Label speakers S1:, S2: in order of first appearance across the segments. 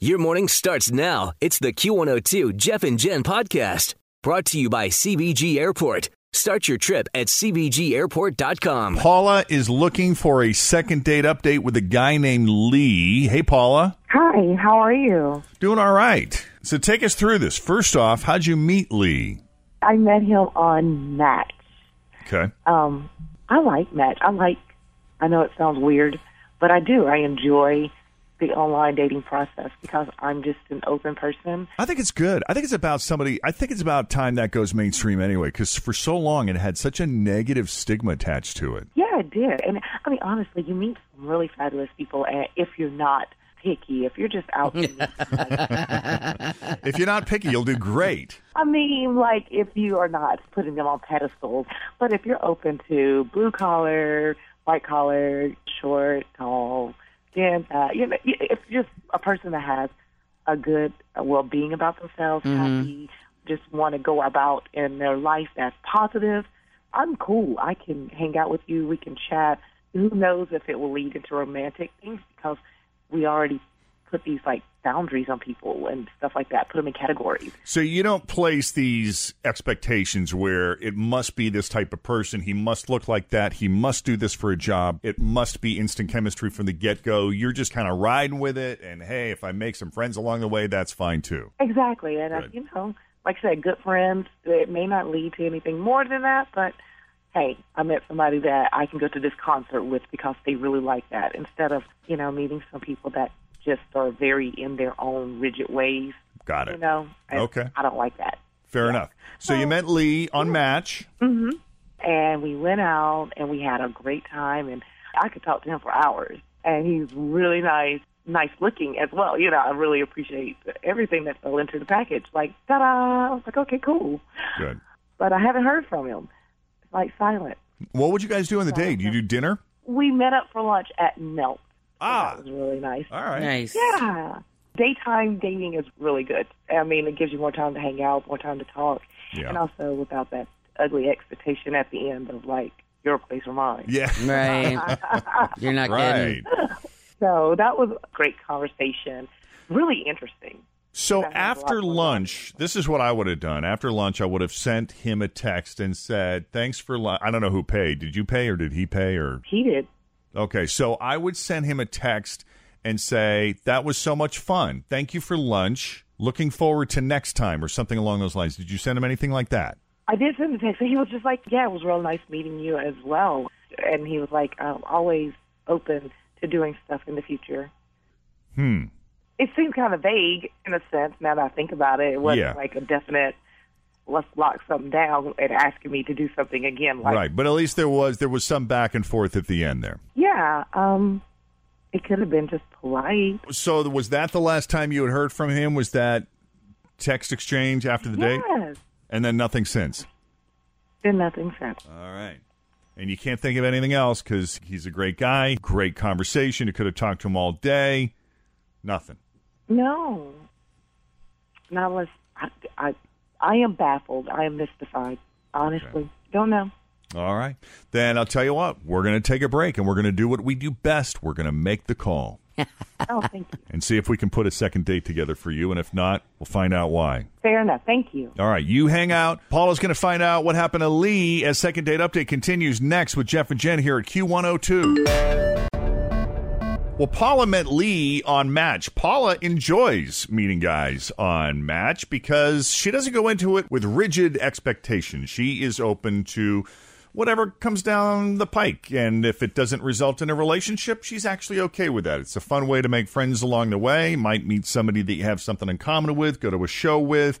S1: Your morning starts now. It's the Q102 Jeff and Jen podcast brought to you by CBG Airport. Start your trip at CBGAirport.com.
S2: Paula is looking for a second date update with a guy named Lee. Hey, Paula.
S3: Hi, how are you?
S2: Doing all right. So take us through this. First off, how'd you meet Lee?
S3: I met him on Matt.
S2: Okay.
S3: Um, I like Matt. I like. I know it sounds weird, but I do. I enjoy the online dating process because I'm just an open person.
S2: I think it's good. I think it's about somebody. I think it's about time that goes mainstream anyway, because for so long it had such a negative stigma attached to it.
S3: Yeah, it did. And I mean, honestly, you meet some really fabulous people, and if you're not picky, if you're just out, to meet somebody.
S2: If you're not picky, you'll do great.
S3: I mean, like if you are not putting them on pedestals, but if you're open to blue collar, white collar, short, tall, then uh, you know, if you're just a person that has a good uh, well-being about themselves, happy, just want to go about in their life that's positive, I'm cool. I can hang out with you. We can chat. Who knows if it will lead into romantic things because we already put these like boundaries on people and stuff like that. Put them in categories.
S2: So you don't place these expectations where it must be this type of person. He must look like that. He must do this for a job. It must be instant chemistry from the get go. You're just kind of riding with it. And hey, if I make some friends along the way, that's fine too.
S3: Exactly, and uh,
S2: Good.
S3: you know, like I said, good friends. It may not lead to anything more than that, but hey, I met somebody that I can go to this concert with because they really like that. Instead of you know meeting some people that just are very in their own rigid ways.
S2: Got it.
S3: You know, and
S2: Okay.
S3: I don't like that.
S2: Fair enough. So you met Lee on Match.
S3: And we went out and we had a great time, and I could talk to him for hours. And he's really nice, nice looking as well. You know, I really appreciate everything that fell into the package. Like, ta da! I was like, okay, cool.
S2: Good.
S3: but I haven't heard from him. It's like silent.
S2: What would you guys do on the date? You do dinner?
S3: We met up for lunch at Melt.
S2: Ah.
S3: That was really nice.
S2: All right.
S4: Nice.
S3: Yeah. Daytime dating is really good. I mean, it gives you more time to hang out, more time to talk,
S2: Yeah.
S3: and also without that ugly expectation at the end of like your place or mine.
S2: Yeah.
S4: Right. You're not kidding.
S2: Right.
S3: So that was a great conversation. Really interesting.
S2: So
S3: That has a lot
S2: after
S3: going on.
S2: lunch, this is what I would have done. After lunch, I would have sent him a text and said, "Thanks for lunch." I don't know who paid. Did you pay or did he pay or
S3: He did.
S2: Okay, so I would send him a text and say, "That was so much fun. Thank you for lunch. Looking forward to next time or something along those lines." Did you send him anything like that?
S3: I did send a text. and He was just like, "Yeah, it was real nice meeting you as well." And he was like, "I'm always open to doing stuff in the future."
S2: Hmm.
S3: It seemed kind of vague in a sense. Now that I think about it, it wasn't
S2: Yeah.
S3: like a definite. Let's lock something down and asking me to do something again. Like,
S2: right, but at least there was there was some back and forth at the end there.
S3: yeah, um, it could have been just polite.
S2: So th- was that the last time you had heard from him? Was that text exchange after the date,
S3: Yes,
S2: and then nothing since?
S3: did nothing sense.
S2: All right. And you can't think of anything else because he's a great guy, great conversation. You could have talked to him all day. Nothing.
S3: No, not unless I, I, I am baffled. I am mystified. Honestly, don't know.
S2: All right. Then I'll tell you what, we're going to take a break and we're going to do what we do best. We're going to make the call
S3: Oh, thank you.
S2: and see if we can put a second date together for you. And if not, we'll find out why.
S3: Fair enough. Thank you.
S2: All right. You hang out. Paula's going to find out what happened to Lee as second date update continues next with Jeff and Jen here at Q102. Well, Paula met Lee on Match. Paula enjoys meeting guys on Match because she doesn't go into it with rigid expectations. She is open to whatever comes down the pike. And if it doesn't result in a relationship, she's actually okay with that. It's a fun way to make friends along the way. Might meet somebody that you have something in common with, go to a show with.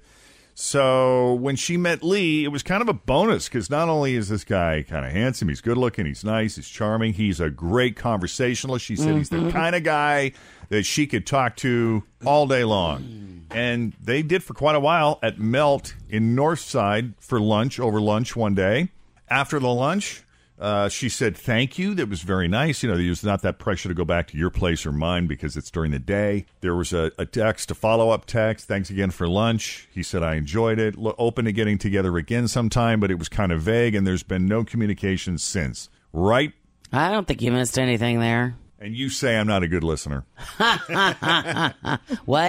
S2: So when she met Lee, it was kind of a bonus because not only is this guy kind of handsome, he's good looking, he's nice, he's charming, he's a great conversationalist. She said he's the kind of guy that she could talk to all day long. And they did for quite a while at Melt in Northside for lunch, over lunch one day. After the lunch, uh, she said thank you. That was very nice. You know, there's not that pressure to go back to your place or mine because it's during the day. There was a, a text, a follow up text. Thanks again for lunch. He said I enjoyed it. Lo- open to getting together again sometime, but it was kind of vague, and there's been no communication since. Right?
S4: I don't think you missed anything there.
S2: And you say I'm not a good listener.
S4: What?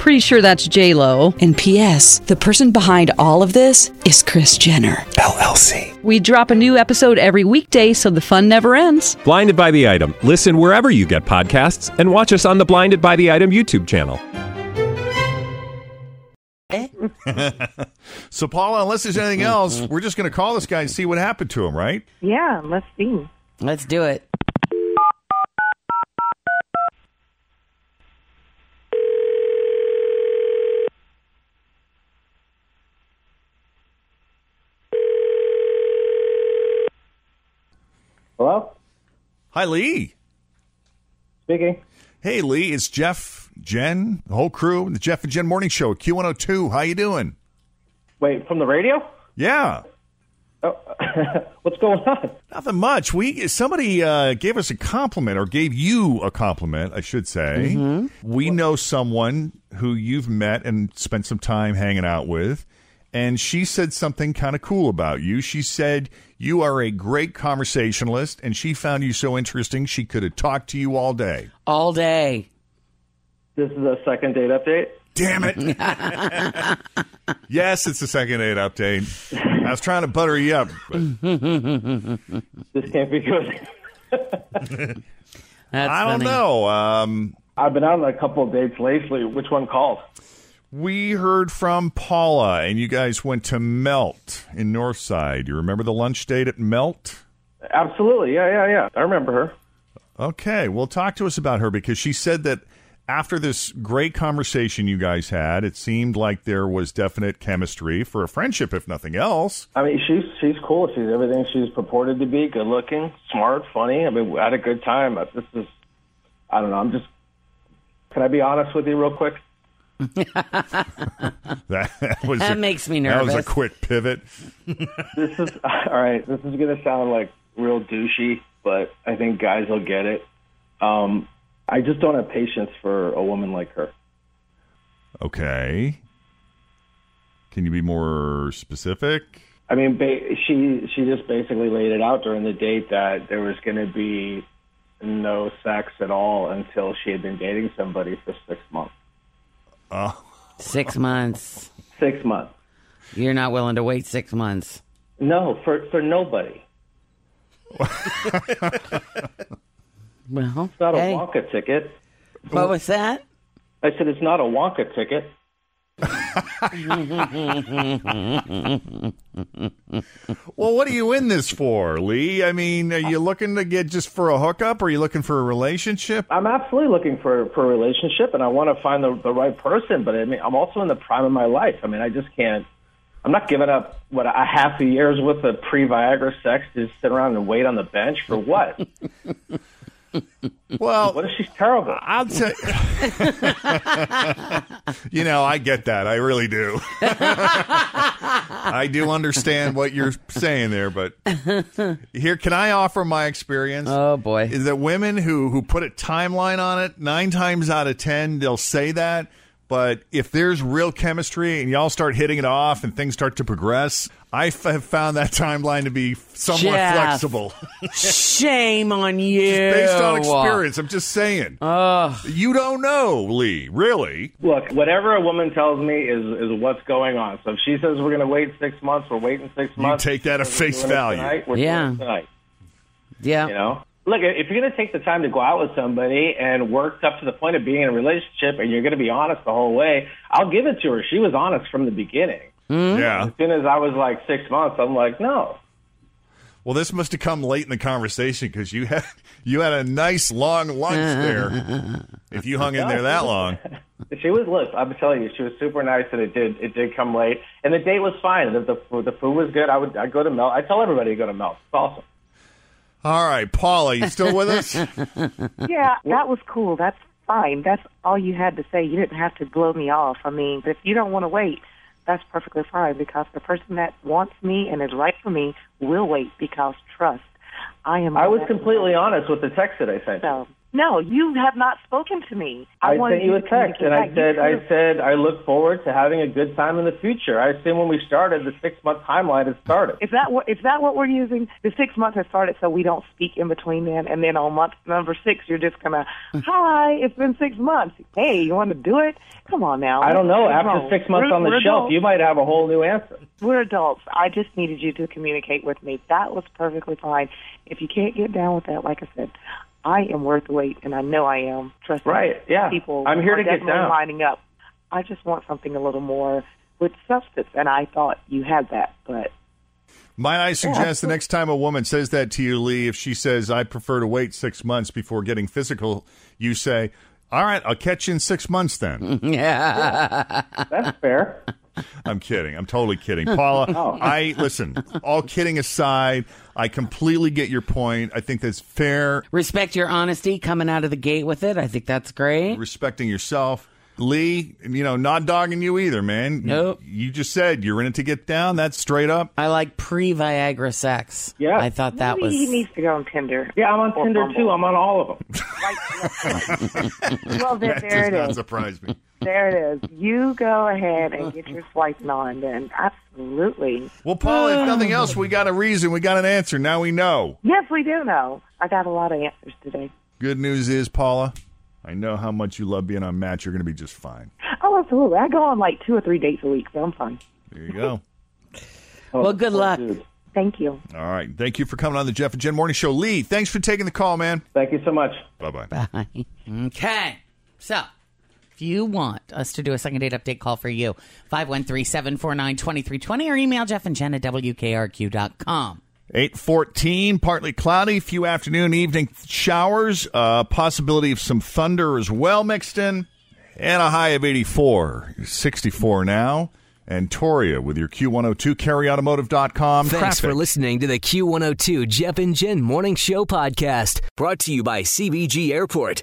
S5: Pretty sure that's J Lo.
S6: And P.S. The person behind all of this is Chris Jenner.
S7: LLC.
S5: We drop a new episode every weekday, so the fun never ends.
S7: Blinded by the item. Listen wherever you get podcasts, and watch us on the Blinded by the Item YouTube channel.
S2: So, Paula, unless there's anything else, we're just going to call this guy and see what happened to him, right?
S3: Yeah, let's see.
S4: Let's do it.
S8: Hello?
S2: Hi, Lee.
S8: Speaking.
S2: Hey, Lee. It's Jeff, Jen, the whole crew, the Jeff and Jen Morning Show at Q102. How you doing?
S8: Wait, from the radio?
S2: Yeah.
S8: Oh, what's going on?
S2: Nothing much. We somebody uh, gave us a compliment, or gave you a compliment, I should say.
S4: Mm-hmm.
S2: We know someone who you've met and spent some time hanging out with, and she said something kind of cool about you. She said you are a great conversationalist, and she found you so interesting she could have talked to you all day.
S4: All day.
S8: This is a second date update.
S2: Damn it! yes, it's the second aid update. I was trying to butter you up. But
S8: This can't be good.
S4: That's
S2: I don't
S4: funny.
S2: know. Um,
S8: I've been out on a couple of dates lately. Which one called?
S2: We heard from Paula, and you guys went to Melt in Northside. You remember the lunch date at Melt?
S8: Absolutely. Yeah, yeah, yeah. I remember her.
S2: Okay, well, talk to us about her because she said that after this great conversation you guys had, it seemed like there was definite chemistry for a friendship, if nothing else.
S4: Uh,
S8: I mean, she's she's cool. She's everything she's purported to be. Good looking, smart, funny. I mean, we had a good time. Uh, This is, I don't know. I'm just. Can I be honest with you, real quick?
S2: That, was
S4: That
S2: a-
S4: makes me
S2: That was
S4: nervous.
S2: a quick pivot.
S8: This is all right. This is gonna sound like real douchey, but I think guys will get it. Um, I just don't have patience for a woman like her.
S2: Okay. Can you be more specific?
S8: I mean, ba- she she just basically laid it out during the date that there was going to be no sex at all until she had been dating somebody for six months.
S2: Uh,
S4: Six months.
S8: Six months.
S4: You're not willing to wait six months.
S8: No, for for nobody.
S4: Well,
S8: It's not a
S4: hey,
S8: Wonka ticket.
S4: what was that?
S8: I said it's not a Wonka ticket.
S2: Well, what are you in this for, Lee? I mean, are you looking to get just for a hookup? Or are you looking for a relationship?
S8: I'm absolutely looking for for a relationship, and I want to find the the right person. But I mean, I'm also in the prime of my life. I mean, I just can't. I'm not giving up what a half a year's worth of pre Viagra sex to just sit around and wait on the bench for what?
S2: Well,
S8: what if she's terrible?
S2: I'll tell you know, I get that. I really do. I do understand what you're saying there, but here, can I offer my experience?
S4: Oh boy,
S2: is that women who who put a timeline on it? Nine times out of ten, they'll say that. But if there's real chemistry and y'all start hitting it off and things start to progress, I f- have found that timeline to be somewhat
S4: Jeff.
S2: flexible.
S4: Shame on you.
S2: Based on experience, I'm just saying. you don't know, Lee, really.
S8: Look, whatever a woman tells me is is what's going on. So if she says we're going to wait six months, we're waiting six
S2: You
S8: months.
S2: take that at
S8: If we're
S2: face
S8: doing it
S2: value.
S8: Tonight, we're
S4: Yeah.
S8: doing it tonight.
S4: Yeah.
S8: You know, look, if you're going to take the time to go out with somebody and worked up to the point of being in a relationship, and you're going to be honest the whole way, I'll give it to her. She was honest from the beginning.
S2: Yeah.
S8: As soon as I was like six months, I'm like, no,
S2: Well, this must have come late in the conversation because you had you had a nice long lunch there. If you hung in there that long,
S8: She was look. I'm telling you, she was super nice, and it did it did come late, and the date was fine. The the, food- the food was good. I would I go to Mel. I tell everybody to go to Mel. It's awesome.
S2: all right, Paula, you still with us?
S3: Yeah, that was cool. That's fine. That's all you had to say. You didn't have to blow me off. I mean, but if you don't want to wait, that's perfectly fine because the person that wants me and is right for me will wait because trust. I am.
S8: I was completely honest with the text that I sent. you.
S3: So no, you have not spoken to me. I,
S8: I
S3: wanted
S8: sent you a
S3: to
S8: text,
S3: communicate
S8: and I
S3: back. You
S8: said
S3: could've-
S8: I said I look forward to having a good time in the future. I assume when we started, the six month timeline had started.
S3: Is that what is that what we're using? The six months has started, so we don't speak in between then. And then on month number six, you're just gonna,
S8: Hmm.
S3: hi, it's been six months. Hey, you want to do it? Come on now.
S8: I don't know.
S3: We're
S8: After
S3: grown.
S8: six months
S3: We're-
S8: on the
S3: we're
S8: shelf,
S3: adults.
S8: you might have a whole new answer.
S3: We're adults. I just needed you to communicate with me. That was perfectly fine. If you can't get down with that, like I said, I am worth the wait, and I know I am. Trust me.
S8: Right, yeah.
S3: People
S8: I'm here
S3: are
S8: to get
S3: definitely
S8: down.
S3: lining up. I just want something a little more with substance, and I thought you had that, but
S2: Might I suggest the next time a woman says that to you, Lee, if she says I prefer to wait six months before getting physical, you say, "All right, I'll catch you in six months then."
S4: Yeah.
S8: That's fair.
S2: I'm kidding. I'm totally kidding. Paula,
S3: Oh.
S2: I listen, all kidding aside, I completely get your point. I think that's fair
S4: Respect your honesty coming out of the gate with it. I think that's great.
S2: respecting yourself. Lee, you know, not dogging you either, man.
S4: Nope.
S2: You just said you're in it to get down. That's straight up.
S4: I like pre Viagra sex.
S8: Yeah.
S4: I thought that
S3: maybe he
S4: was.
S3: needs to go on Tinder.
S8: Yeah, I'm on
S3: Or
S8: Tinder
S3: Bumble.
S8: too. I'm on all of them.
S3: Well, there,
S2: That
S3: there
S2: does
S3: it
S2: not
S3: is.
S2: surprise me.
S3: There it is. You go ahead and get your swiping on, then. Absolutely.
S2: Well, Paula, if nothing else, we got a reason. We got an answer. Now we know.
S3: Yes, we do know. I got a lot of answers today.
S2: Good news is, Paula, I know how much you love being on Match. You're going to be just fine.
S3: Oh, absolutely. I go on like two or three dates a week, so I'm fine.
S2: There you go.
S4: Well, good luck.
S3: Thank you.
S2: All right. Thank you for coming on the Jeff and Jen Morning Show. Lee, thanks for taking the call, man.
S8: Thank you so much.
S2: Bye bye.
S4: Okay. So if you want us to do a second date update call for you, 513 749 2320 or email Jeff and Jen at WKRQ.com.
S2: 814, partly cloudy, few afternoon, evening showers, uh, possibility of some thunder as well mixed in, and a high of 84, 64 now. And Toria with your Q102, carryautomotive.com.
S1: Thanks
S2: traffic.
S1: for listening to the Q102 Jeff and Jen Morning Show podcast, brought to you by CBG Airport.